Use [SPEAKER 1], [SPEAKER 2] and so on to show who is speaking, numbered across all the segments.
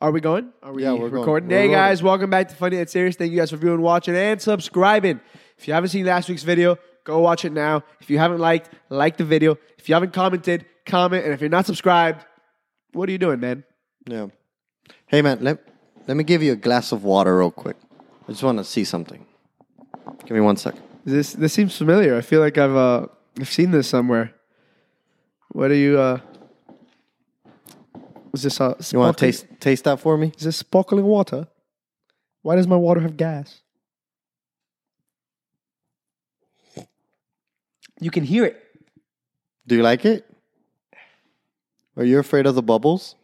[SPEAKER 1] Are we going? Are we
[SPEAKER 2] Yeah, we're going.
[SPEAKER 1] recording?
[SPEAKER 2] We're
[SPEAKER 1] hey
[SPEAKER 2] rolling.
[SPEAKER 1] guys, welcome back to Funny and Serious. Thank you guys for viewing, watching, and subscribing. If you haven't seen last week's video, go watch it now. If you haven't liked, like the video. If you haven't commented, comment. And if you're not subscribed, what are you doing, man?
[SPEAKER 2] Yeah. Hey man, let let me give you a glass of water real quick. I just want to see something. Give me one second.
[SPEAKER 1] This this seems familiar. I feel like I've uh I've seen this somewhere. What are you uh is this uh
[SPEAKER 2] You want to taste taste that for me?
[SPEAKER 1] is this sparkling water? Why does my water have gas? You can hear it.
[SPEAKER 2] Do you like it? Are you afraid of the bubbles?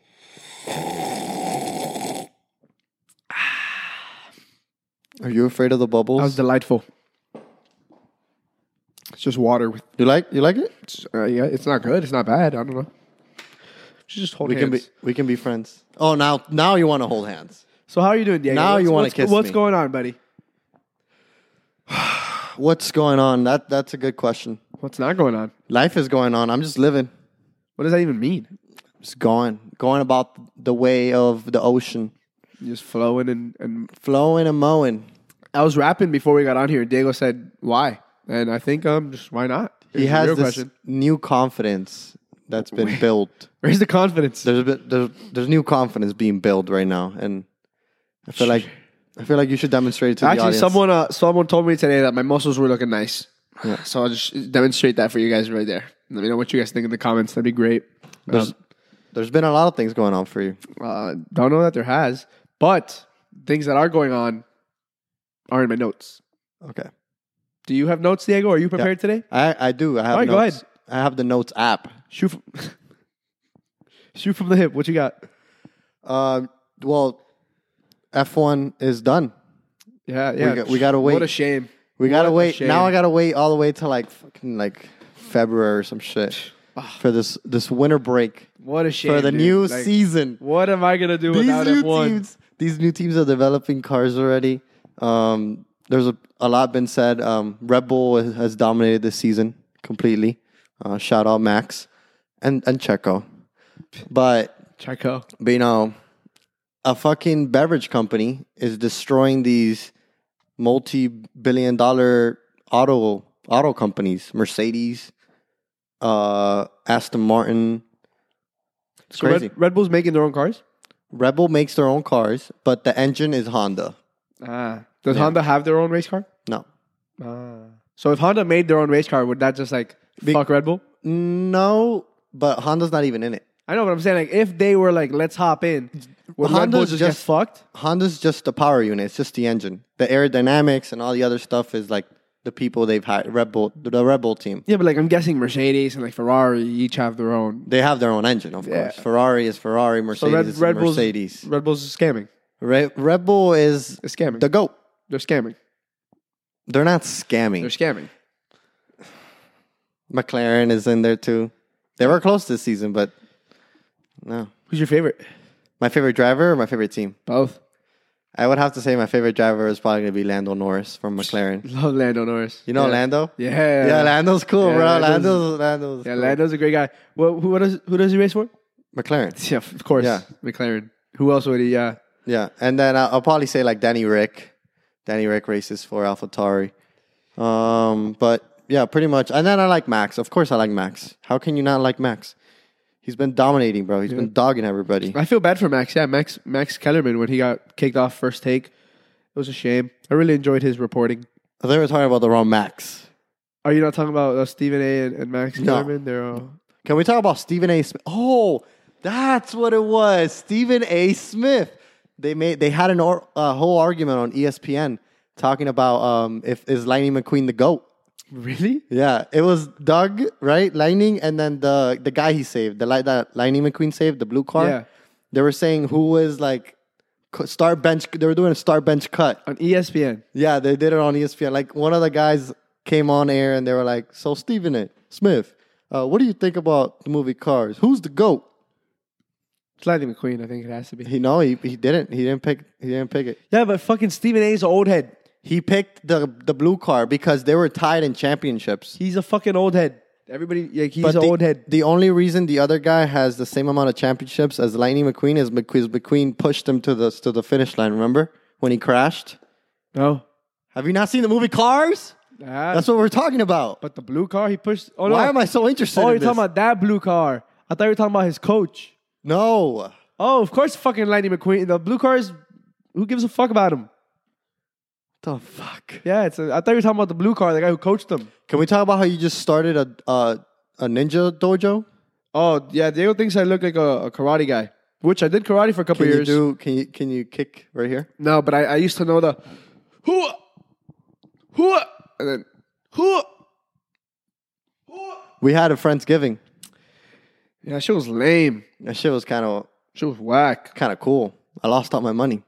[SPEAKER 2] Are you afraid of the
[SPEAKER 1] That was
[SPEAKER 2] bubbles?
[SPEAKER 1] delightful. It's just water with
[SPEAKER 2] you like you like it?
[SPEAKER 1] uh, yeah, it's not good, it's not bad. I don't know. Just hold
[SPEAKER 2] We can be we can be friends. Oh, now now you want to hold hands.
[SPEAKER 1] so how are you doing, Diego?
[SPEAKER 2] Now
[SPEAKER 1] What's-
[SPEAKER 2] you wanna
[SPEAKER 1] what's-
[SPEAKER 2] kiss
[SPEAKER 1] What's
[SPEAKER 2] me.
[SPEAKER 1] going on, buddy?
[SPEAKER 2] What's going on? That that's a good question.
[SPEAKER 1] What's not going on?
[SPEAKER 2] Life is going on. I'm just living.
[SPEAKER 1] What does that even mean?
[SPEAKER 2] Just going, going about the way of the ocean,
[SPEAKER 1] Just flowing and, and
[SPEAKER 2] flowing and mowing.
[SPEAKER 1] I was rapping before we got on here. Diego said, "Why?" And I think um, just why not?
[SPEAKER 2] He
[SPEAKER 1] Here's the
[SPEAKER 2] has
[SPEAKER 1] real
[SPEAKER 2] this
[SPEAKER 1] question.
[SPEAKER 2] new confidence that's been built.
[SPEAKER 1] Where's the confidence?
[SPEAKER 2] There's a bit, there's, there's new confidence being built right now, and I feel like I feel like you should demonstrate it to the
[SPEAKER 1] Actually,
[SPEAKER 2] audience.
[SPEAKER 1] someone uh, someone told me today that my muscles were looking nice.
[SPEAKER 2] Yeah.
[SPEAKER 1] So I'll just demonstrate that for you guys right there. Let me know what you guys think in the comments. That'd be great.
[SPEAKER 2] There's,
[SPEAKER 1] Um,
[SPEAKER 2] there's been a lot of things going on for you.
[SPEAKER 1] uh, don't know that there has, but things that are going on are in my notes.
[SPEAKER 2] Okay,
[SPEAKER 1] Do you have notes, Diego? Are you prepared today?
[SPEAKER 2] I I do. I have.
[SPEAKER 1] All right,
[SPEAKER 2] notes.
[SPEAKER 1] go
[SPEAKER 2] I have the notes app.
[SPEAKER 1] Shoot from, shoot from the hip. What you got?
[SPEAKER 2] Um, well, F1 is done.
[SPEAKER 1] Yeah, yeah.
[SPEAKER 2] got- we gotta
[SPEAKER 1] What
[SPEAKER 2] wait.
[SPEAKER 1] a shame.
[SPEAKER 2] We gotta
[SPEAKER 1] What a
[SPEAKER 2] wait.
[SPEAKER 1] shame.
[SPEAKER 2] Now I gotta wait all the way to like fucking like February or some shit for this this winter break
[SPEAKER 1] What a shame
[SPEAKER 2] for the
[SPEAKER 1] dude.
[SPEAKER 2] new
[SPEAKER 1] Like,
[SPEAKER 2] season.
[SPEAKER 1] What am I gonna do
[SPEAKER 2] These
[SPEAKER 1] without
[SPEAKER 2] new
[SPEAKER 1] F1?
[SPEAKER 2] teams, these new teams are developing cars already. Um, there's a, a lot been said. Um, Red Bull has, has dominated this season completely. Uh, shout out Max and and Checo, but
[SPEAKER 1] Checo.
[SPEAKER 2] but you know, a fucking beverage company is destroying these multi-billion dollar auto auto companies, Mercedes, uh, Aston Martin. It's
[SPEAKER 1] So
[SPEAKER 2] crazy.
[SPEAKER 1] Red, Red Bull's making their own cars.
[SPEAKER 2] Red Bull makes their own cars, but the engine is Honda.
[SPEAKER 1] Ah, does Honda have their own race car?
[SPEAKER 2] No.
[SPEAKER 1] Ah. So if Honda made their own race car, would that just like fuck Red Bull?
[SPEAKER 2] No, but Honda's not even in it.
[SPEAKER 1] I know, but I'm saying like if they were like, let's hop in, would Red
[SPEAKER 2] Honda's
[SPEAKER 1] Bull just, get
[SPEAKER 2] just-
[SPEAKER 1] fucked?
[SPEAKER 2] Honda's just the power unit. It's just the engine. The aerodynamics and all the other stuff is like the people they've hired. Red Bull, the Red Bull team.
[SPEAKER 1] Yeah, but like I'm guessing Mercedes and like Ferrari each have their own.
[SPEAKER 2] They have their own engine, of
[SPEAKER 1] Yeah.
[SPEAKER 2] course. Ferrari is Ferrari,
[SPEAKER 1] So
[SPEAKER 2] Mercedes
[SPEAKER 1] Red,
[SPEAKER 2] is
[SPEAKER 1] Red Bull's
[SPEAKER 2] Mercedes.
[SPEAKER 1] Red Bull's just scamming.
[SPEAKER 2] Re- Red Bull is
[SPEAKER 1] They're scamming.
[SPEAKER 2] the goat.
[SPEAKER 1] They're scamming.
[SPEAKER 2] They're not
[SPEAKER 1] They're
[SPEAKER 2] scamming.
[SPEAKER 1] scamming.
[SPEAKER 2] McLaren is in there too. They were close this season, but no.
[SPEAKER 1] Who's your favorite?
[SPEAKER 2] My favorite driver or my favorite team?
[SPEAKER 1] Both.
[SPEAKER 2] I would have to say my favorite driver is probably going to be Lando Norris from McLaren.
[SPEAKER 1] Love Lando Norris.
[SPEAKER 2] You know
[SPEAKER 1] yeah.
[SPEAKER 2] Lando?
[SPEAKER 1] Yeah.
[SPEAKER 2] Yeah, Lando's cool,
[SPEAKER 1] Yeah,
[SPEAKER 2] bro.
[SPEAKER 1] Lando's-
[SPEAKER 2] Lando's Lando's,
[SPEAKER 1] Yeah,
[SPEAKER 2] cool.
[SPEAKER 1] Lando's a great guy. Well, who, what does, who does he race for?
[SPEAKER 2] McLaren.
[SPEAKER 1] Yeah, of course.
[SPEAKER 2] Yeah.
[SPEAKER 1] McLaren. Who else would he? Uh,
[SPEAKER 2] Yeah, and then I'll, I'll probably say like Danny Rick. Danny Rick races for AlphaTauri. Um, but yeah, pretty much. And then I like Max. Of course, I like Max. How can you not like Max? He's been dominating, bro. He's been dogging everybody.
[SPEAKER 1] I feel bad for Max. Yeah, Max Max Kellerman when he got kicked off first take, it was a shame. I really enjoyed his reporting.
[SPEAKER 2] I think we're talking about the wrong Max.
[SPEAKER 1] Are you not talking about uh, Stephen A. and, and Max Kellerman? They're all,
[SPEAKER 2] Can we talk about Stephen A. Smith? Oh, that's what it was. Stephen A. Smith. They made they had an or, a whole argument on E ESPN talking about um, if is Lightning McQueen the goat.
[SPEAKER 1] really.
[SPEAKER 2] Yeah, it was Doug, right? Lightning, and then the the guy he saved, the light that Lightning McQueen saved, the blue car.
[SPEAKER 1] Yeah.
[SPEAKER 2] They were saying who was like cu- star bench. They were doing a star bench cut.
[SPEAKER 1] On E ESPN,
[SPEAKER 2] Yeah, they did it on E ESPN. Like one of the guys came on air and they were like, "So Stephen A. Smith, uh, what do you think about the movie Cars? Who's the goat?"
[SPEAKER 1] it's Lightning McQueen. I think it has to be.
[SPEAKER 2] He no, he, he didn't. He didn't pick. He didn't pick it.
[SPEAKER 1] Yeah, but fucking Stephen A. is an old head.
[SPEAKER 2] He picked the the blue car because they were tied in championships.
[SPEAKER 1] He's a fucking old head. Everybody, like, he's
[SPEAKER 2] But
[SPEAKER 1] an
[SPEAKER 2] the,
[SPEAKER 1] old head.
[SPEAKER 2] the only reason the other guy has the same amount of championships as Lightning McQueen is because McQueen pushed him to the to the finish line. Remember when he crashed?
[SPEAKER 1] No.
[SPEAKER 2] Have you not seen the movie Cars?
[SPEAKER 1] Ah,
[SPEAKER 2] That's what we're talking about.
[SPEAKER 1] but the blue car he pushed. Oh, no.
[SPEAKER 2] Why am I so interested?
[SPEAKER 1] Oh,
[SPEAKER 2] in
[SPEAKER 1] you're
[SPEAKER 2] this?
[SPEAKER 1] talking about that blue car. I thought you were talking about his coach.
[SPEAKER 2] no.
[SPEAKER 1] Oh, of course, fucking Lightning McQueen. The blue car is. Who gives a fuck about him?
[SPEAKER 2] The fuck.
[SPEAKER 1] Yeah, it's. A, I thought you were talking about the blue car, the guy who coached him.
[SPEAKER 2] Can we talk about how you just started a a, a ninja dojo?
[SPEAKER 1] Oh yeah, Diego thinks I look like a, a karate guy, which I did karate for a couple
[SPEAKER 2] Can you
[SPEAKER 1] years.
[SPEAKER 2] do? Can you can you kick right here?
[SPEAKER 1] No, but I, I used to know the who, who, and then who.
[SPEAKER 2] We had a Friendsgiving.
[SPEAKER 1] Yeah, she was lame.
[SPEAKER 2] That shit was kind of
[SPEAKER 1] She was whack.
[SPEAKER 2] kind of cool. I lost all my money.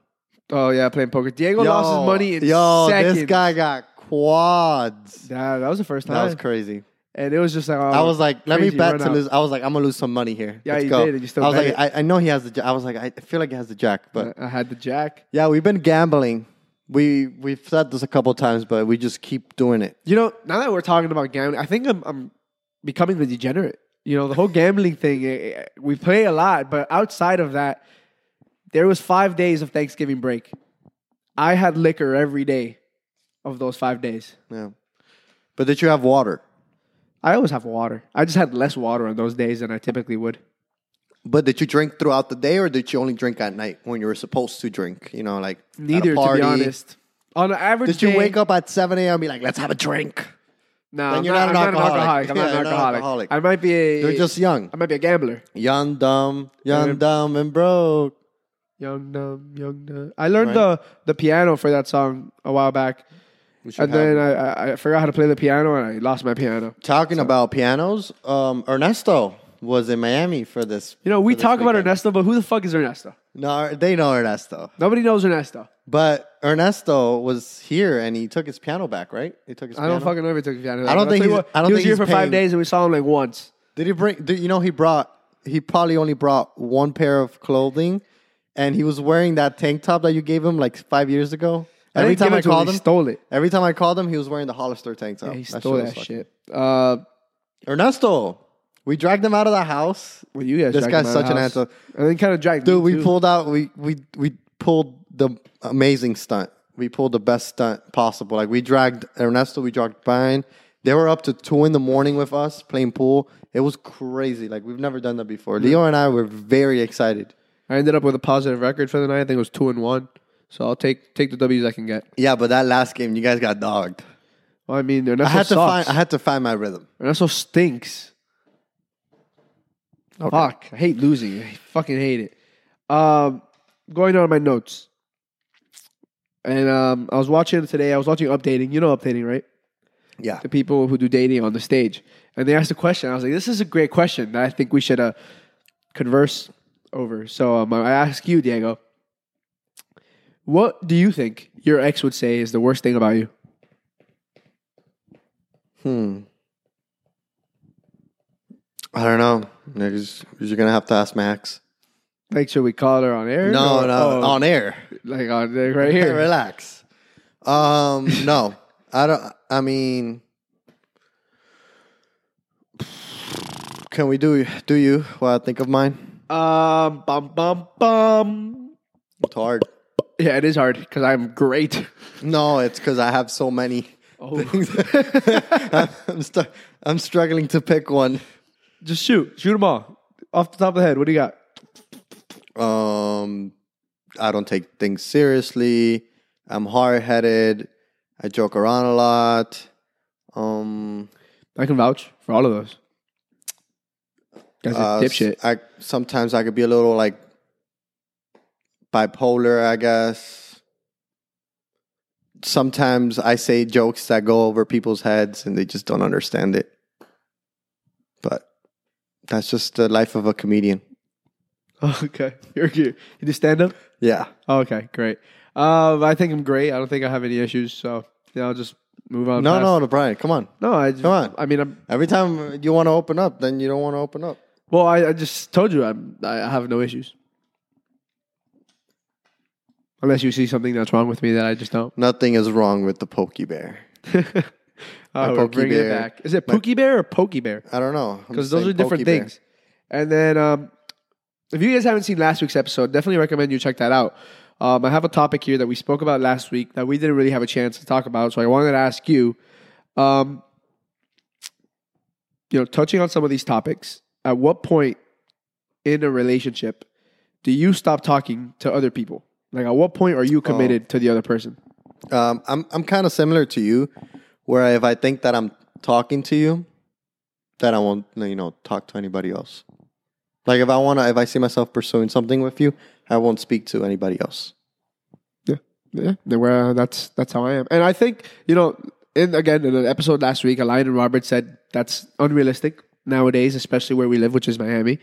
[SPEAKER 1] Oh yeah, playing poker. Diego lost his money in
[SPEAKER 2] yo,
[SPEAKER 1] seconds.
[SPEAKER 2] this guy got quads.
[SPEAKER 1] Yeah, that was the first time.
[SPEAKER 2] That was crazy.
[SPEAKER 1] and it was just like oh,
[SPEAKER 2] I was like, let me
[SPEAKER 1] crazy
[SPEAKER 2] bet
[SPEAKER 1] run
[SPEAKER 2] to
[SPEAKER 1] out.
[SPEAKER 2] lose. I was like, I'm gonna lose some money here.
[SPEAKER 1] Yeah,
[SPEAKER 2] Let's
[SPEAKER 1] you
[SPEAKER 2] go.
[SPEAKER 1] did, and you still
[SPEAKER 2] I was
[SPEAKER 1] bet
[SPEAKER 2] like, I, I know he has the. ja- I was like, I feel like he has the jack, but
[SPEAKER 1] I had the jack.
[SPEAKER 2] yeah, we've been gambling. We we've said this a couple times, but we just keep doing it.
[SPEAKER 1] You know, now that we're talking about gambling, I think I'm I'm becoming the degenerate. You know, the whole gambling thing. eh, eh, We play a lot, but outside of that, there was five days of Thanksgiving break. I had liquor every day of those five days.
[SPEAKER 2] Yeah. But did you have water?
[SPEAKER 1] I always have water. I just had less water on those days than I typically would.
[SPEAKER 2] But did you drink throughout the day, or did you only drink at night when you were supposed to drink? You know, like at a
[SPEAKER 1] Neither, to be
[SPEAKER 2] party?
[SPEAKER 1] honest. On an average,
[SPEAKER 2] Did you
[SPEAKER 1] day-
[SPEAKER 2] wake up at seven a.m. and be like, let's have a drink?
[SPEAKER 1] No,
[SPEAKER 2] Then
[SPEAKER 1] I'm
[SPEAKER 2] you're
[SPEAKER 1] not,
[SPEAKER 2] not
[SPEAKER 1] I'm
[SPEAKER 2] an
[SPEAKER 1] not an alcoholic.
[SPEAKER 2] alcoholic.
[SPEAKER 1] I'm not
[SPEAKER 2] Yeah,
[SPEAKER 1] an
[SPEAKER 2] you're not an
[SPEAKER 1] alcoholic.
[SPEAKER 2] alcoholic.
[SPEAKER 1] I might be a.
[SPEAKER 2] You're just young,
[SPEAKER 1] I might be a gambler.
[SPEAKER 2] young, dumb, young, dumb, and broke.
[SPEAKER 1] Young dumb, young dumb. I learned the the piano for that song a while back,
[SPEAKER 2] We should
[SPEAKER 1] and
[SPEAKER 2] have
[SPEAKER 1] then I, I I forgot how to play the piano, and I lost my piano.
[SPEAKER 2] Talking about pianos, um, Ernesto was in Miami for this.
[SPEAKER 1] You know, we
[SPEAKER 2] for this
[SPEAKER 1] talk about
[SPEAKER 2] weekend.
[SPEAKER 1] Ernesto, but who the fuck is Ernesto?
[SPEAKER 2] No, they know Ernesto,
[SPEAKER 1] Nobody knows Ernesto.
[SPEAKER 2] but Ernesto was here and he took his piano back, right? He took his.
[SPEAKER 1] I don't
[SPEAKER 2] piano.
[SPEAKER 1] fucking know if he took a piano.
[SPEAKER 2] I don't
[SPEAKER 1] But I'll
[SPEAKER 2] think
[SPEAKER 1] tell you
[SPEAKER 2] he's- I don't
[SPEAKER 1] he was
[SPEAKER 2] think
[SPEAKER 1] here for
[SPEAKER 2] he's
[SPEAKER 1] five
[SPEAKER 2] paying-
[SPEAKER 1] days, and we saw him like once.
[SPEAKER 2] Did he bring? Did, you know, he brought. He probably only brought one pair of clothing, and he was wearing that tank top that you gave him like five years ago.
[SPEAKER 1] I
[SPEAKER 2] Every
[SPEAKER 1] didn't
[SPEAKER 2] time
[SPEAKER 1] give
[SPEAKER 2] I
[SPEAKER 1] it to him,
[SPEAKER 2] called
[SPEAKER 1] he
[SPEAKER 2] him,
[SPEAKER 1] stole it.
[SPEAKER 2] every time I called him, he was wearing the Hollister tank top.
[SPEAKER 1] He
[SPEAKER 2] That shit
[SPEAKER 1] stole
[SPEAKER 2] was
[SPEAKER 1] that
[SPEAKER 2] fucking-
[SPEAKER 1] shit. Uh,
[SPEAKER 2] Ernesto, we dragged him out of the house.
[SPEAKER 1] well, you guys.
[SPEAKER 2] This
[SPEAKER 1] dragged him
[SPEAKER 2] guy's
[SPEAKER 1] out of
[SPEAKER 2] such
[SPEAKER 1] the
[SPEAKER 2] an
[SPEAKER 1] house.
[SPEAKER 2] asshole.
[SPEAKER 1] And then kind of dragged.
[SPEAKER 2] Dude,
[SPEAKER 1] me
[SPEAKER 2] we
[SPEAKER 1] too.
[SPEAKER 2] pulled out. We we we pulled the amazing stunt. We pulled the best stunt possible. Like we dragged Ernesto. We dragged Brian. They were up to two in the morning with us playing pool. It was crazy. Like we've never done that before. Leo and I were very excited.
[SPEAKER 1] I ended up with a positive record for the night. I think it was two and one. So I'll take take the W's I can get.
[SPEAKER 2] Yeah, but that last game, you guys got dogged.
[SPEAKER 1] Well, I mean, Ernesto
[SPEAKER 2] I had to
[SPEAKER 1] sucks.
[SPEAKER 2] find. I had to find my rhythm.
[SPEAKER 1] Ernesto stinks. Fuck. I hate losing. I fucking hate it. Um, going on my notes. And um, I was watching today, I was watching updating. You know updating, right?
[SPEAKER 2] Yeah,
[SPEAKER 1] The people who do dating on the stage. And they asked a question. I was like, this is a great question that I think we should uh, converse over. So um, I ask you, Diego, what do you think your ex would say is the worst thing about you?
[SPEAKER 2] Hmm. I don't know. Niggas, you're gonna have to ask Max.
[SPEAKER 1] Like, should we call her on air?
[SPEAKER 2] No,
[SPEAKER 1] Or-
[SPEAKER 2] no,
[SPEAKER 1] oh,
[SPEAKER 2] on air.
[SPEAKER 1] like on like right
[SPEAKER 2] Hey,
[SPEAKER 1] here.
[SPEAKER 2] relax. Um, no, I don't. I mean, can we do do you while I think of mine?
[SPEAKER 1] Um, bum bum bum.
[SPEAKER 2] It's hard.
[SPEAKER 1] Yeah, it is hard because I'm great.
[SPEAKER 2] No, it's because I have so many
[SPEAKER 1] Oh.
[SPEAKER 2] things. I'm stu- I'm struggling to pick one.
[SPEAKER 1] Just shoot, shoot them all off the top of the head. What do you got?
[SPEAKER 2] Um, I don't take things seriously. I'm hard headed. I joke around a lot. Um,
[SPEAKER 1] I can vouch for all of those. Guys,
[SPEAKER 2] Uh,
[SPEAKER 1] a dipshit.
[SPEAKER 2] s- I sometimes I could be a little like bipolar, I guess. Sometimes I say jokes that go over people's heads and they just don't understand it. But that's just the life of a comedian.
[SPEAKER 1] okay, you're cute. You do stand up.
[SPEAKER 2] Yeah.
[SPEAKER 1] Oh, okay, great. Um, I think I'm great. I don't think I have any issues. So yeah, I'll just move on.
[SPEAKER 2] No,
[SPEAKER 1] past-
[SPEAKER 2] no, no, Brian, come on.
[SPEAKER 1] no. I just,
[SPEAKER 2] Come on.
[SPEAKER 1] I mean, I'm.
[SPEAKER 2] Every time you want to open up, then you don't want to open up.
[SPEAKER 1] Well, I, I just told you I'm. I have no issues. Unless you see something that's wrong with me that I just don't.
[SPEAKER 2] Nothing is wrong with the Poke Bear.
[SPEAKER 1] Oh,
[SPEAKER 2] My
[SPEAKER 1] we're
[SPEAKER 2] Poke
[SPEAKER 1] bringing it
[SPEAKER 2] Bear.
[SPEAKER 1] back. Is it Pookie Bear or Pokey Bear?
[SPEAKER 2] I don't know. I'm
[SPEAKER 1] Because those
[SPEAKER 2] saying
[SPEAKER 1] are different
[SPEAKER 2] Poke Bear.
[SPEAKER 1] things. And then, um, if you guys haven't seen last week's episode, definitely recommend you check that out. Um, I have a topic here that we spoke about last week that we didn't really have a chance to talk about, so I wanted to ask you, um, you know, touching on some of these topics. At what point in a relationship do you stop talking to other people? Like, at what point are
[SPEAKER 2] Oh.
[SPEAKER 1] you committed to the other person?
[SPEAKER 2] Um, I'm I'm kind of similar to you, where if I think that I'm talking to you, that I won't you know talk to anybody else. Like if I wanna, if I see myself pursuing something with you, I won't speak to anybody else.
[SPEAKER 1] Yeah, they were, that's that's how I am, and I think you know. In again, in an episode last week, Alain and Robert said that's unrealistic nowadays, especially where we live, which is Miami.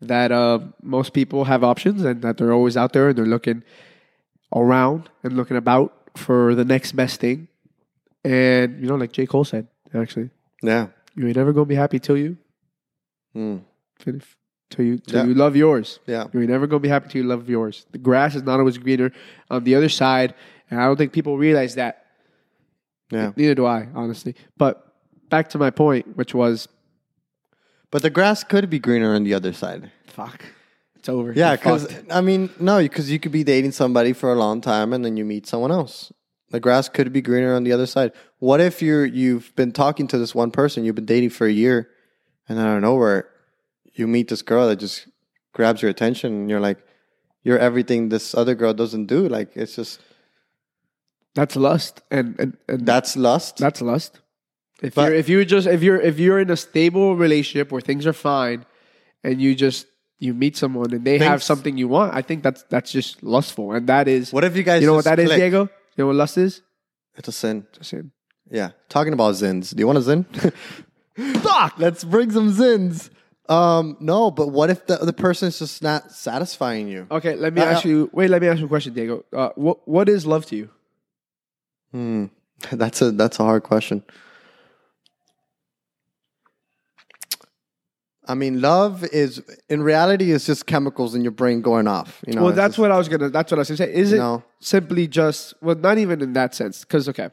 [SPEAKER 1] That uh, most people have options, and that they're always out there and they're looking around and looking about for the next best thing. And you know, like J Cole said, actually,
[SPEAKER 2] Yeah.
[SPEAKER 1] you ain't never gonna be happy till you
[SPEAKER 2] Mm.
[SPEAKER 1] till you till
[SPEAKER 2] Yeah.
[SPEAKER 1] you love yours.
[SPEAKER 2] Yeah.
[SPEAKER 1] You're never going to be happy till you love yours. The grass is not always greener on the other side. And I don't think people realize that.
[SPEAKER 2] Yeah.
[SPEAKER 1] Neither do I, honestly. But back to my point, which was
[SPEAKER 2] But the grass could be greener on the other side.
[SPEAKER 1] fuck, it's over.
[SPEAKER 2] Yeah,
[SPEAKER 1] You're
[SPEAKER 2] because
[SPEAKER 1] fucked.
[SPEAKER 2] I mean, no, because you could be dating somebody for a long time and then you meet someone else. The grass could be greener on the other side. What if you're you've been talking to this one person you've been dating for a year, and then out of nowhere, you meet this girl that just grabs your attention, and you're like, you're everything this other girl doesn't do. Like it's just
[SPEAKER 1] that's lust, and and, and
[SPEAKER 2] that's lust.
[SPEAKER 1] that's lust. If
[SPEAKER 2] But-
[SPEAKER 1] you're if you just if you're if you're in a stable relationship where things are fine, and you just you meet someone and they have
[SPEAKER 2] Things-
[SPEAKER 1] something you want, I think that's that's just lustful, and that is
[SPEAKER 2] what if you guys?
[SPEAKER 1] you know what
[SPEAKER 2] just
[SPEAKER 1] that is,
[SPEAKER 2] click?
[SPEAKER 1] Diego. You know what lust is?
[SPEAKER 2] It's a sin.
[SPEAKER 1] It's a sin.
[SPEAKER 2] Yeah, talking about zins. Do you want a zin?
[SPEAKER 1] Fuck.
[SPEAKER 2] Let's bring some zins. Um, no, but what if the the person's just not satisfying you?
[SPEAKER 1] Okay, let me
[SPEAKER 2] Uh,
[SPEAKER 1] ask you. Wait, let me ask you a question, Diego. Uh, what what is love to you?
[SPEAKER 2] Hmm. That's a that's a hard question. I mean, love is in reality is just chemicals in your brain going off. You know.
[SPEAKER 1] well,
[SPEAKER 2] it's
[SPEAKER 1] that's
[SPEAKER 2] just-
[SPEAKER 1] what I was gonna. That's what I was gonna say. Is it
[SPEAKER 2] No.
[SPEAKER 1] simply just? Well, not even in that sense. Because okay,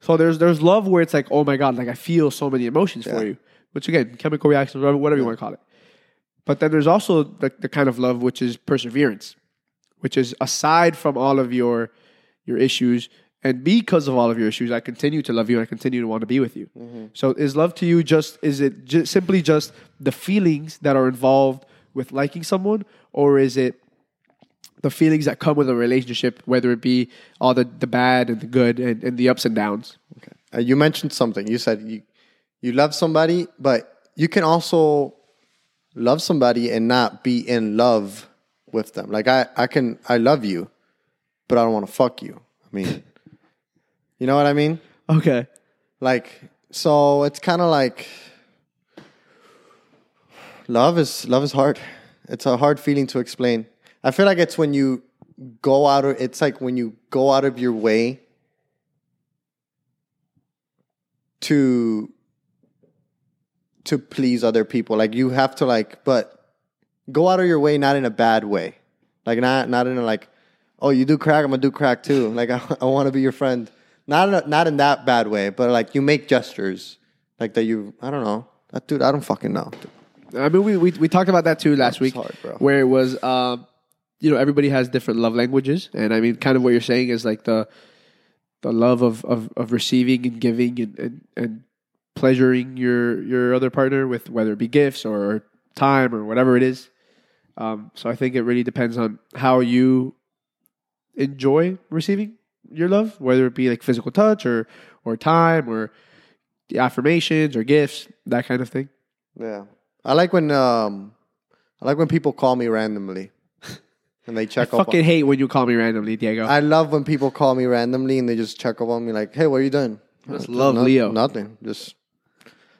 [SPEAKER 1] so there's there's love where it's like, oh my god, like I feel so many emotions for you, which again, chemical reactions, whatever, whatever you want to call it. But then there's also the, the kind of love which is perseverance, which is aside from all of your your issues, and because of all of your issues, I continue to love you and I continue to want to be with you.
[SPEAKER 2] Mm-hmm.
[SPEAKER 1] So is love to you just is it ju- simply just the feelings that are involved with liking someone, or is it the feelings that come with a relationship, whether it be all the, the bad and the good and, and the ups and downs.
[SPEAKER 2] Uh, you mentioned something. You said you you love somebody, but you can also love somebody and not be in love with them. Like I, I can I love you, but I don't want to fuck you. I mean, you know what I mean?
[SPEAKER 1] Okay.
[SPEAKER 2] Like so, it's kind of like love is love is hard. It's a hard feeling to explain. I feel like it's when you go out of it's like when you go out of your way to to please other people. Like you have to like but go out of your way not in a bad way. Like not not in a like oh you do crack I'm going to do crack too. Like I, I want to be your friend. Not in a, not in that bad way, but like you make gestures like that you I don't know. That dude, I don't fucking know.
[SPEAKER 1] I mean, we, we, we talked about that too last week,
[SPEAKER 2] hard, bro.
[SPEAKER 1] where it was, um, you know, everybody has different love languages. And I mean, kind of what you're saying is like the, the love of, of, of receiving and giving and, and, and pleasuring your, your other partner with whether it be gifts or time or whatever it is. Um, so I think it really depends on how you enjoy receiving your love, whether it be like physical touch or, or time or the affirmations or gifts, that kind of thing.
[SPEAKER 2] Yeah. I like when um I like when people call me randomly and they check up on
[SPEAKER 1] Fucking hate when you call me randomly, Diego.
[SPEAKER 2] I love when people call me randomly and they just check up on me like, "Hey, what are you doing?"
[SPEAKER 1] just love Leo.
[SPEAKER 2] Nothing. Just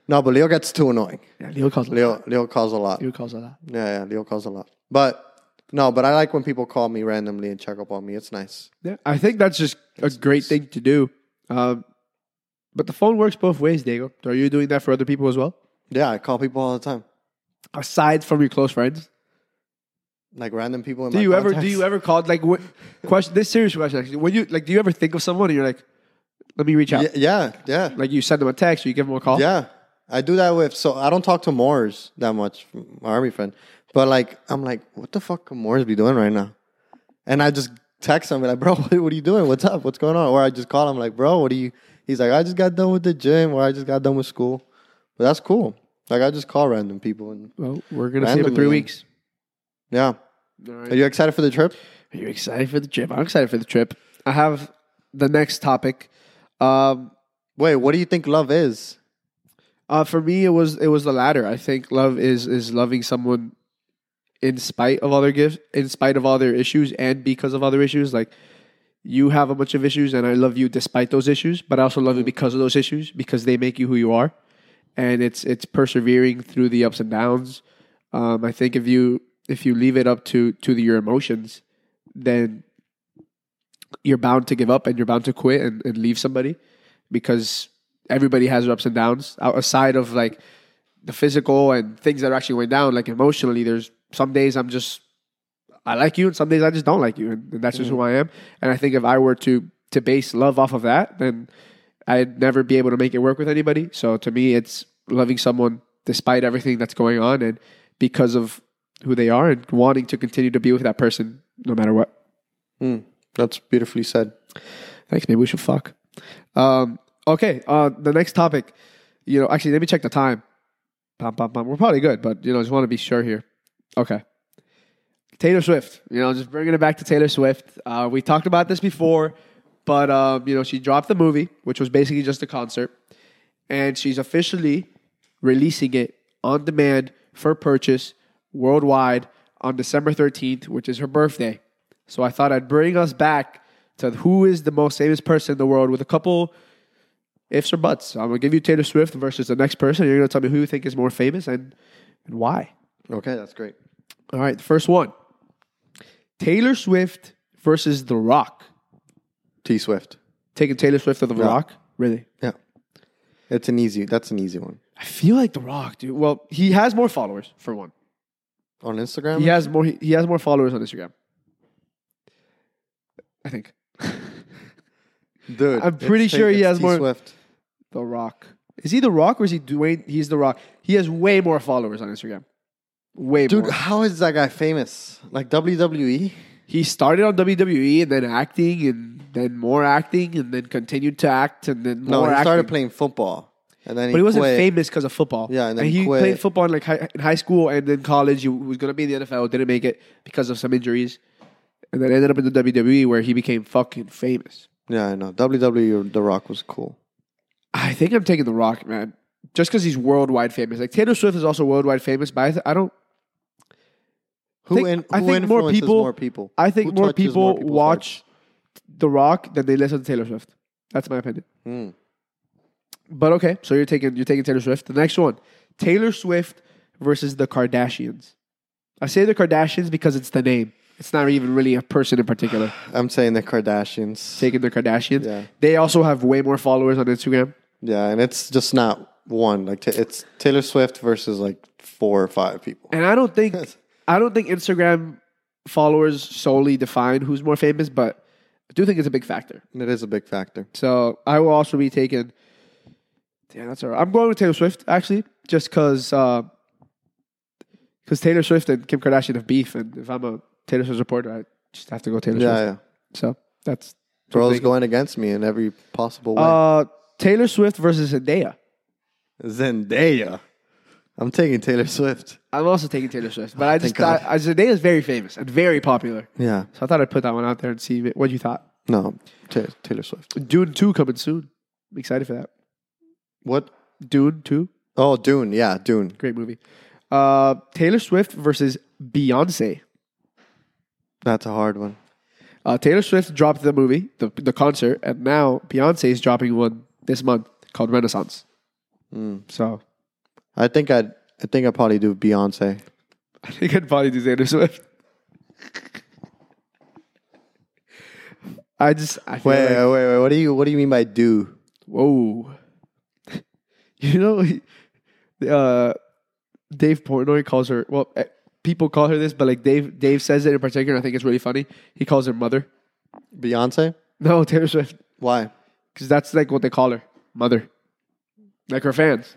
[SPEAKER 2] No, but Leo gets too annoying.
[SPEAKER 1] yeah, Leo calls a lot.
[SPEAKER 2] Leo Leo calls a lot.
[SPEAKER 1] Leo calls a lot.
[SPEAKER 2] Yeah, yeah, Leo calls a lot. But no, but I like when people call me randomly and check up on me. It's nice.
[SPEAKER 1] Yeah, I think that's just a great thing to do. Um, but the phone works both ways, Diego. Are you doing that for other people as well?
[SPEAKER 2] Yeah, I call people all the time.
[SPEAKER 1] Aside from your close friends,
[SPEAKER 2] Like random people in
[SPEAKER 1] do
[SPEAKER 2] my
[SPEAKER 1] you ever do
[SPEAKER 2] contacts.
[SPEAKER 1] you ever call like what, question? This serious question actually. When you like, do you ever think of someone and you're like, Let me reach out.
[SPEAKER 2] Yeah, yeah, yeah,
[SPEAKER 1] Like you send them a text or you give them a call.
[SPEAKER 2] yeah. I do that with so I don't talk to Moors that much, my army friend. But like I'm like, what the fuck could Moors be doing right now? And I just text him like, bro, what are you doing? What's up? What's going on? Or I just call him like, bro, what are you? He's like, I just got done with the gym, or I just got done with school. But that's cool. Like I just call random people and
[SPEAKER 1] Well, we're gonna see him in three
[SPEAKER 2] Randomly.
[SPEAKER 1] weeks.
[SPEAKER 2] yeah.
[SPEAKER 1] All right.
[SPEAKER 2] Are you excited for the trip?
[SPEAKER 1] Are you excited for the trip? I'm excited for the trip. I have the next topic. Um,
[SPEAKER 2] Wait, what do you think love is?
[SPEAKER 1] uh, for me, it was it was the latter. I think love is is loving someone in spite of all their gifts, in spite of all their issues, and because of other issues. Like you have a bunch of issues, and I love you despite those issues, but I also love you because of those issues because they make you who you are, and it's it's persevering through the ups and downs. Um, I think if you if you leave it up to to your emotions, then you're bound to give up and you're bound to quit and, and leave somebody because everybody has their ups and downs O- aside of like the physical and things that are actually going down like emotionally there's some days i'm just i like you and some days i just don't like you and, and that's just who i am and i think if i were to to base love off of that then i'd never be able to make it work with anybody so to me it's loving someone despite everything that's going on and because of who they are and wanting to continue to be with that person no matter what
[SPEAKER 2] That's beautifully said.
[SPEAKER 1] Thanks. Maybe we should fuck. Um, okay. Uh, the next topic. You know, actually, let me check the time. Bum, bum, bum. We're probably good, but you know, just want to be sure here. Okay. Taylor Swift. You know, just bringing it back to Taylor Swift. Uh, we talked about this before, but um, you know, she dropped the movie, which was basically just a concert, and she's officially releasing it on demand for purchase worldwide on December thirteenth, which is her birthday. So I thought I'd bring us back to who is the most famous person in the world with a couple ifs or buts. I'm gonna give you Taylor Swift versus the next person. You're gonna tell me who you think is more famous and and why.
[SPEAKER 2] Okay, that's great.
[SPEAKER 1] All right, the first one: Taylor Swift versus The Rock.
[SPEAKER 2] T Swift.
[SPEAKER 1] Taking Taylor Swift or The Rock? Really?
[SPEAKER 2] Yeah. It's an easy that's an easy one.
[SPEAKER 1] I feel like The Rock, dude. Well, he has more followers for one.
[SPEAKER 2] On Instagram?
[SPEAKER 1] He has more. He, he has more followers on Instagram. I think
[SPEAKER 2] Dude.
[SPEAKER 1] I'm pretty
[SPEAKER 2] it's T-
[SPEAKER 1] sure he
[SPEAKER 2] it's
[SPEAKER 1] has
[SPEAKER 2] T
[SPEAKER 1] more-
[SPEAKER 2] Swift.
[SPEAKER 1] The Rock. Is he The Rock or is he Dwayne? He's The Rock. He has way more followers on Instagram. Way
[SPEAKER 2] Dude,
[SPEAKER 1] more.
[SPEAKER 2] how is that guy famous? Like E? WWE?
[SPEAKER 1] He started on WWE and then acting and then more acting and then continued to act and then more
[SPEAKER 2] No, he
[SPEAKER 1] acting.
[SPEAKER 2] started playing football. And then
[SPEAKER 1] but he wasn't
[SPEAKER 2] quit.
[SPEAKER 1] famous because of football.
[SPEAKER 2] Yeah, and then
[SPEAKER 1] he
[SPEAKER 2] quit.
[SPEAKER 1] played football in like high, in high school and then college. He was going to be in the NFL, didn't make it because of some injuries, and then ended up in the WWE where he became fucking famous.
[SPEAKER 2] Yeah, I know. WWE or The Rock was cool.
[SPEAKER 1] I think I'm taking The Rock, man. Just because he's worldwide famous. Like Taylor Swift is also worldwide famous, but I, th- I don't.
[SPEAKER 2] Who,
[SPEAKER 1] Think-
[SPEAKER 2] in, who
[SPEAKER 1] I think more
[SPEAKER 2] influences
[SPEAKER 1] people-
[SPEAKER 2] more people?
[SPEAKER 1] I think
[SPEAKER 2] Who
[SPEAKER 1] more
[SPEAKER 2] touches
[SPEAKER 1] people,
[SPEAKER 2] people's
[SPEAKER 1] watch The Rock than they listen to Taylor Swift. That's my opinion.
[SPEAKER 2] Hmm.
[SPEAKER 1] But okay, so you're taking you're taking Taylor Swift. The next one, Taylor Swift versus the Kardashians. I say the Kardashians because it's the name. It's not even really a person in particular.
[SPEAKER 2] lives. I'm saying the Kardashians.
[SPEAKER 1] taking the Kardashians.
[SPEAKER 2] Yeah.
[SPEAKER 1] They also have way more followers on Instagram.
[SPEAKER 2] yeah, and it's just not one. Like t- it's Taylor Swift versus like four or five people.
[SPEAKER 1] And I don't think I don't think Instagram followers solely define who's more famous, but I do think it's a big factor.
[SPEAKER 2] And it is a big factor.
[SPEAKER 1] So I will also be taking. Damn, that's all right. I'm going with Taylor Swift actually, just because Taylor Swift and Kim Kardashian have beef, and if I'm a Taylor Swift reporter, I just have to go Taylor
[SPEAKER 2] Yeah,
[SPEAKER 1] Swift.
[SPEAKER 2] yeah.
[SPEAKER 1] So that's
[SPEAKER 2] They're always going against me in every possible way.
[SPEAKER 1] uh, Taylor Swift versus Zendaya.
[SPEAKER 2] Zendaya. I'm taking Taylor Swift.
[SPEAKER 1] I'm also taking Taylor Swift, but I just
[SPEAKER 2] Thank God.
[SPEAKER 1] thought uh, Zendaya is very famous and very popular,
[SPEAKER 2] Yeah.
[SPEAKER 1] so I thought I'd put that one out there and see what you thought.
[SPEAKER 2] No, Ta Taylor Swift.
[SPEAKER 1] Dune two coming soon. I'm excited for that.
[SPEAKER 2] What?
[SPEAKER 1] Dune two,
[SPEAKER 2] Oh, Dune. Yeah, Dune.
[SPEAKER 1] great movie. Uh, Taylor Swift versus Beyonce.
[SPEAKER 2] That's a hard one.
[SPEAKER 1] Uh, Taylor Swift dropped the movie, the, the concert, and now Beyonce is dropping one this month called Renaissance. So
[SPEAKER 2] I think I'd. I think I'd probably do Beyonce.
[SPEAKER 1] I think I'd probably do Taylor Swift. I just I feel
[SPEAKER 2] Wait,
[SPEAKER 1] like,
[SPEAKER 2] wait, wait. What do you What do you mean by do?
[SPEAKER 1] whoa, you know, he- uh, Dave Portnoy calls her. Well, eh, people call her this, but like Dave, Dave says it in particular. and I think it's really funny. He calls her mother.
[SPEAKER 2] Beyonce?
[SPEAKER 1] No, Taylor Swift.
[SPEAKER 2] Why?
[SPEAKER 1] because that's like what they call her, mother. Like her fans,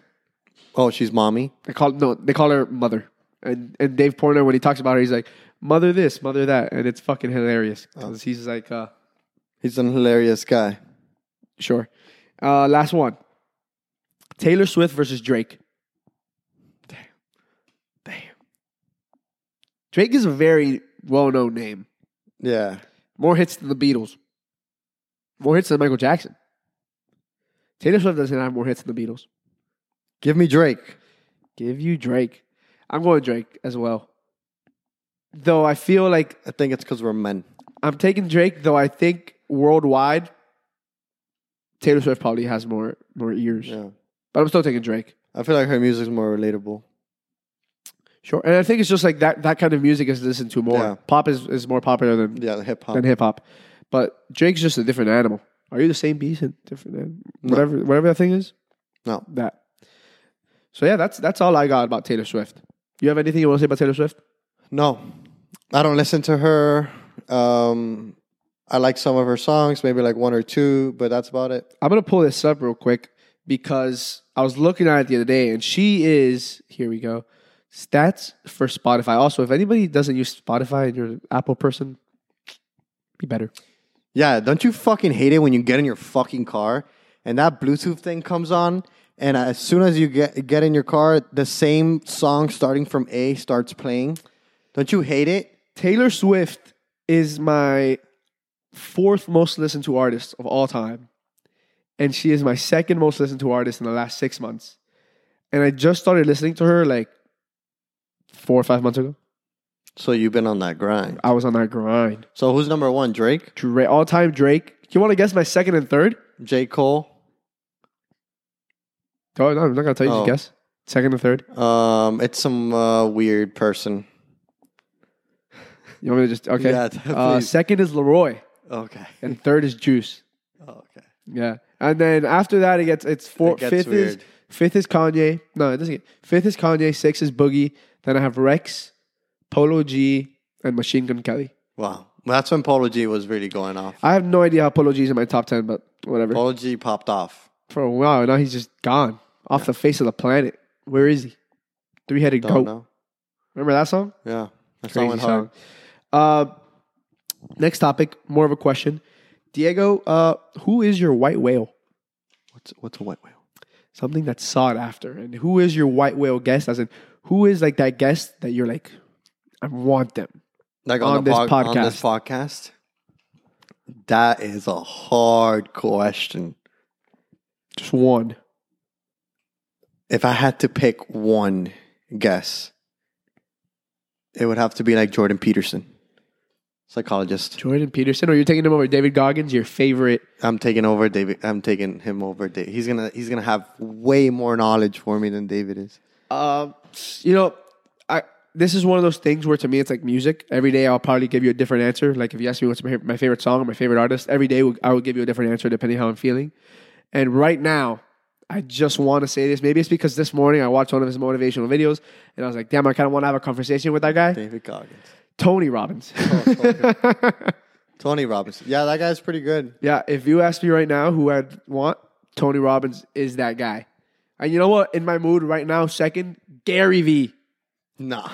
[SPEAKER 2] Oh, she's mommy.
[SPEAKER 1] they call no, they call her mother. And and Dave Portner when he talks about her, he's like mother this, mother that, and it's fucking hilarious because he's like, uh,
[SPEAKER 2] He's an hilarious guy.
[SPEAKER 1] sure. Uh, last one, Taylor Swift versus Drake. Damn, damn. Drake is a very well-known name.
[SPEAKER 2] Yeah.
[SPEAKER 1] More hits than the Beatles. More hits than Michael Jackson. Taylor Swift doesn't have more hits than the Beatles.
[SPEAKER 2] Give me Drake.
[SPEAKER 1] Give you Drake. I'm going Drake as well. Though I feel like
[SPEAKER 2] I think it's because we're men.
[SPEAKER 1] I'm taking Drake, though I think worldwide, Taylor Swift probably has more more ears.
[SPEAKER 2] Yeah.
[SPEAKER 1] But I'm still taking Drake.
[SPEAKER 2] I feel like her music's more relatable.
[SPEAKER 1] Sure. And I think it's just like that that kind of music is listened to more.
[SPEAKER 2] Yeah.
[SPEAKER 1] Pop is, is more popular than
[SPEAKER 2] Yeah, the hip hop.
[SPEAKER 1] than hip hop. But Drake's just a different animal. Are you the same beast and different animal?
[SPEAKER 2] No.
[SPEAKER 1] Whatever whatever that thing is?
[SPEAKER 2] No.
[SPEAKER 1] That. So yeah, that's that's all I got about Taylor Swift. You have anything you want to say about Taylor Swift?
[SPEAKER 2] No, I don't listen to her. Um, I like some of her songs, maybe like one or two, but that's about it.
[SPEAKER 1] I'm gonna pull this up real quick because I was looking at it the other day, and she is here. We go stats for Spotify. Also, if anybody doesn't use Spotify and you're an Apple person, be better.
[SPEAKER 2] Yeah, don't you fucking hate it when you get in your fucking car and that Bluetooth thing comes on, and as soon as you get get in your car, the same song starting from A starts playing. Don't you hate it?
[SPEAKER 1] Taylor Swift is my fourth most listened to artist of all time, and she is my second most listened to artist in the last six months. And I just started listening to her like four or five months ago.
[SPEAKER 2] So you've been on that grind.
[SPEAKER 1] I was on that grind.
[SPEAKER 2] So who's number one? Drake,
[SPEAKER 1] Drake, all time Drake. You want to guess my second and third?
[SPEAKER 2] J. Cole,
[SPEAKER 1] Oh, no, I'm not gonna tell you.
[SPEAKER 2] Oh.
[SPEAKER 1] Just guess. Second or third.
[SPEAKER 2] um, it's some uh, weird person.
[SPEAKER 1] You want me to just okay?
[SPEAKER 2] Yeah,
[SPEAKER 1] uh,
[SPEAKER 2] please.
[SPEAKER 1] second is Leroy,
[SPEAKER 2] Okay. Oh,
[SPEAKER 1] and third is Juice.
[SPEAKER 2] Okay.
[SPEAKER 1] Yeah, and then after that, it gets it's four.
[SPEAKER 2] It gets
[SPEAKER 1] fifth is
[SPEAKER 2] weird.
[SPEAKER 1] fifth is Kanye. No, it doesn't get fifth is Kanye. Six is Boogie. Then I have Rex, Polo G, and Machine Gun Kelly.
[SPEAKER 2] Wow. That's when Polo G was really going off.
[SPEAKER 1] I have no idea how Polo G is in my top ten, but whatever.
[SPEAKER 2] Polo G popped off.
[SPEAKER 1] For a while now, he's just gone off the face of the planet. Where is he? Three headed
[SPEAKER 2] Don't
[SPEAKER 1] goat.
[SPEAKER 2] know.
[SPEAKER 1] Remember that song?
[SPEAKER 2] Yeah. That song
[SPEAKER 1] Crazy
[SPEAKER 2] went hard.
[SPEAKER 1] song. Uh, next topic, more of a question. Diego, uh, who is your white whale?
[SPEAKER 2] What's what's a white whale?
[SPEAKER 1] Something that's sought after. And who is your white whale guest? As in, who is like that guest that you're like, I want them?
[SPEAKER 2] Like on,
[SPEAKER 1] On
[SPEAKER 2] the
[SPEAKER 1] this
[SPEAKER 2] pod- On this podcast. That is a hard question.
[SPEAKER 1] Just one.
[SPEAKER 2] If I had to pick one guess, it would have to be like Jordan Peterson, psychologist.
[SPEAKER 1] Jordan Peterson, or you're taking him over David Goggins, your favorite.
[SPEAKER 2] I'm taking over David. I'm taking him over David. He's gonna he's gonna have way more knowledge for me than David is.
[SPEAKER 1] Um, you know, I this is one of those things where to me it's like music. Every day I'll probably give you a different answer. Like if you ask me what's my, my favorite song or my favorite artist, every day I will give you a different answer depending how I'm feeling. And right now, I just want to say this. Maybe it's because this morning I watched one of his motivational videos and I was like, damn, I kind of want to have a conversation with that guy,
[SPEAKER 2] David Goggins.
[SPEAKER 1] Tony Robbins.
[SPEAKER 2] Tony Robinson. Yeah, that guy's pretty good.
[SPEAKER 1] yeah, if you ask me right now who I'd want, Tony Robbins is that guy. And you know what? In my mood right now, second, Gary Vee.
[SPEAKER 2] Nah.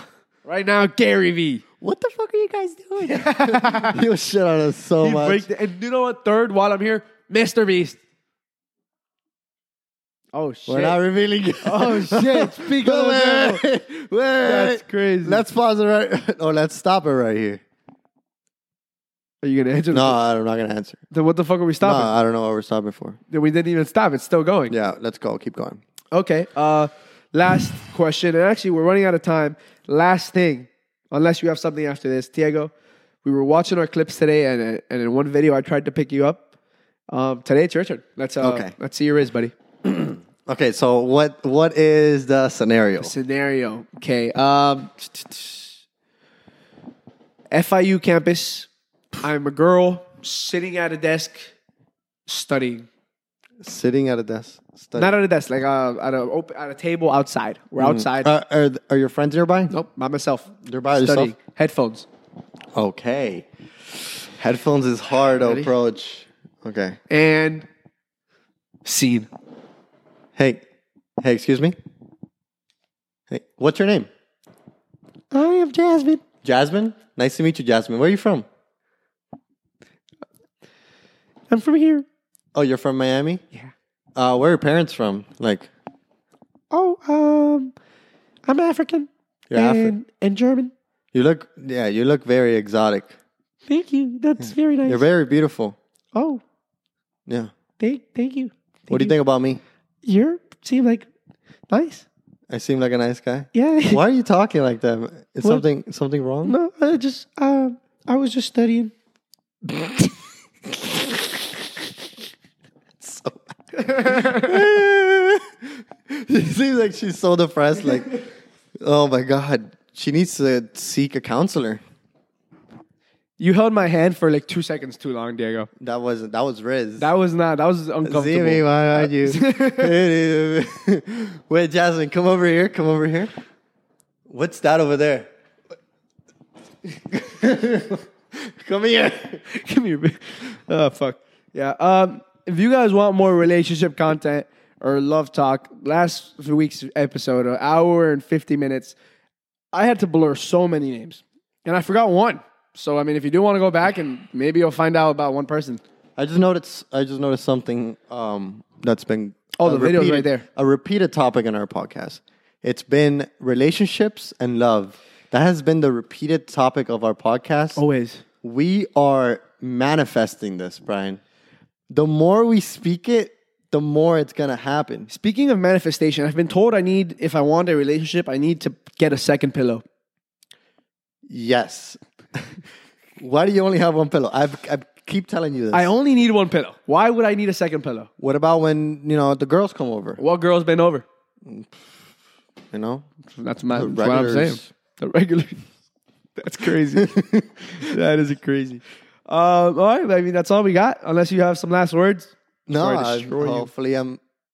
[SPEAKER 1] Right now, Gary Vee.
[SPEAKER 2] What the fuck are you guys doing? You'll shit on us so
[SPEAKER 1] He'd
[SPEAKER 2] much.
[SPEAKER 1] break the- and you know what? Third, while I'm here, Mr. Beast. Oh shit!
[SPEAKER 2] We're not revealing it.
[SPEAKER 1] oh shit! Speak of the
[SPEAKER 2] wait,
[SPEAKER 1] devil.
[SPEAKER 2] wait, wait, wait.
[SPEAKER 1] That's crazy.
[SPEAKER 2] Let's pause it right. Or let's stop it right here.
[SPEAKER 1] Are you gonna answer?
[SPEAKER 2] No, I'm not gonna answer.
[SPEAKER 1] Then what the fuck are we
[SPEAKER 2] No,
[SPEAKER 1] stopping?
[SPEAKER 2] I don't know what we're stopping for.
[SPEAKER 1] Then we didn't even stop. It's still going.
[SPEAKER 2] Yeah, let's go. Keep going.
[SPEAKER 1] Okay. Uh, last question, and actually we're running out of time. Last thing, unless you have something after this, Diego. We were watching our clips today, and uh, and in one video I tried to pick you up. Um, today it's your turn. Let's uh,
[SPEAKER 2] Okay.
[SPEAKER 1] let's see your is, buddy.
[SPEAKER 2] Okay, so what what is the scenario?
[SPEAKER 1] scenario. Okay. Um, FIU campus. I'm a girl sitting at a desk studying.
[SPEAKER 2] Sitting at a desk. Study.
[SPEAKER 1] Not at a desk, like uh, at a open, at a table outside. We're outside.
[SPEAKER 2] Uh, are, are your friends nearby?
[SPEAKER 1] nope, Mm. by myself.
[SPEAKER 2] You're by yourself?
[SPEAKER 1] Headphones.
[SPEAKER 2] Okay. Headphones is hard
[SPEAKER 1] Ready?
[SPEAKER 2] approach. Okay.
[SPEAKER 1] And Scene.
[SPEAKER 2] Hey, hey, excuse me. Hey, what's your name?
[SPEAKER 1] I am Jasmine.
[SPEAKER 2] Jasmine. Nice to meet you, Jasmine. Where are you from?
[SPEAKER 1] I'm from here.
[SPEAKER 2] Oh, you're from Miami.
[SPEAKER 1] Yeah.
[SPEAKER 2] Uh, where are your parents from? Like,
[SPEAKER 1] Oh, um, I'm African
[SPEAKER 2] you're Afri-
[SPEAKER 1] and German.
[SPEAKER 2] You look, yeah, you look very exotic.
[SPEAKER 1] Thank you. That's very nice.
[SPEAKER 2] You're very beautiful.
[SPEAKER 1] oh,
[SPEAKER 2] Yeah.
[SPEAKER 1] thank, thank you.
[SPEAKER 2] what do you think about me?
[SPEAKER 1] You seem like nice.
[SPEAKER 2] I seem like a nice guy.
[SPEAKER 1] Yeah.
[SPEAKER 2] Why are you talking like that? Is
[SPEAKER 1] What?
[SPEAKER 2] something something wrong?
[SPEAKER 1] No, I just um, I was just studying.
[SPEAKER 2] she seems like she's so depressed. Like, oh my god, she needs to seek a counselor.
[SPEAKER 1] You held my hand for like two seconds too long, Diego.
[SPEAKER 2] That was that was Riz.
[SPEAKER 1] That was not. That was uncomfortable.
[SPEAKER 2] Zimi, why are you? Wait, Jasmine, come over here. Come over here. What's that over there? come here.
[SPEAKER 1] Come here, babe. Oh fuck. Yeah. Um, if you guys want more relationship content or love talk, last week's episode, an hour and fifty minutes, I had to blur so many names, and I forgot one. So I mean, if you do want to go back and maybe you'll find out about one person.
[SPEAKER 2] I just noticed. I just noticed something um, that's been.
[SPEAKER 1] Oh,
[SPEAKER 2] a
[SPEAKER 1] the video's
[SPEAKER 2] repeated-
[SPEAKER 1] right there.
[SPEAKER 2] A repeated topic in our podcast. It's been relationships and love. That has been the repeated topic of our podcast.
[SPEAKER 1] Always.
[SPEAKER 2] We are manifesting this, Brian. The more we speak it, the more it's gonna happen.
[SPEAKER 1] Speaking of manifestation, I've been told I need, if I want a relationship, I need to get a second pillow.
[SPEAKER 2] Yes. Why do you only have one pillow? I've, I keep telling you this.
[SPEAKER 1] I only need one pillow. Why would I need a second pillow?
[SPEAKER 2] what about when you know the girls come over?
[SPEAKER 1] What girl's been over?
[SPEAKER 2] You know,
[SPEAKER 1] That's my
[SPEAKER 2] The
[SPEAKER 1] that's what I'm saying.
[SPEAKER 2] regulars.
[SPEAKER 1] The regular. That's crazy. that is crazy. Um, all right, I mean that's all we got. Unless you have some last words.
[SPEAKER 2] no.
[SPEAKER 1] Sorry to
[SPEAKER 2] I-
[SPEAKER 1] destroy you.
[SPEAKER 2] hopefully, I'm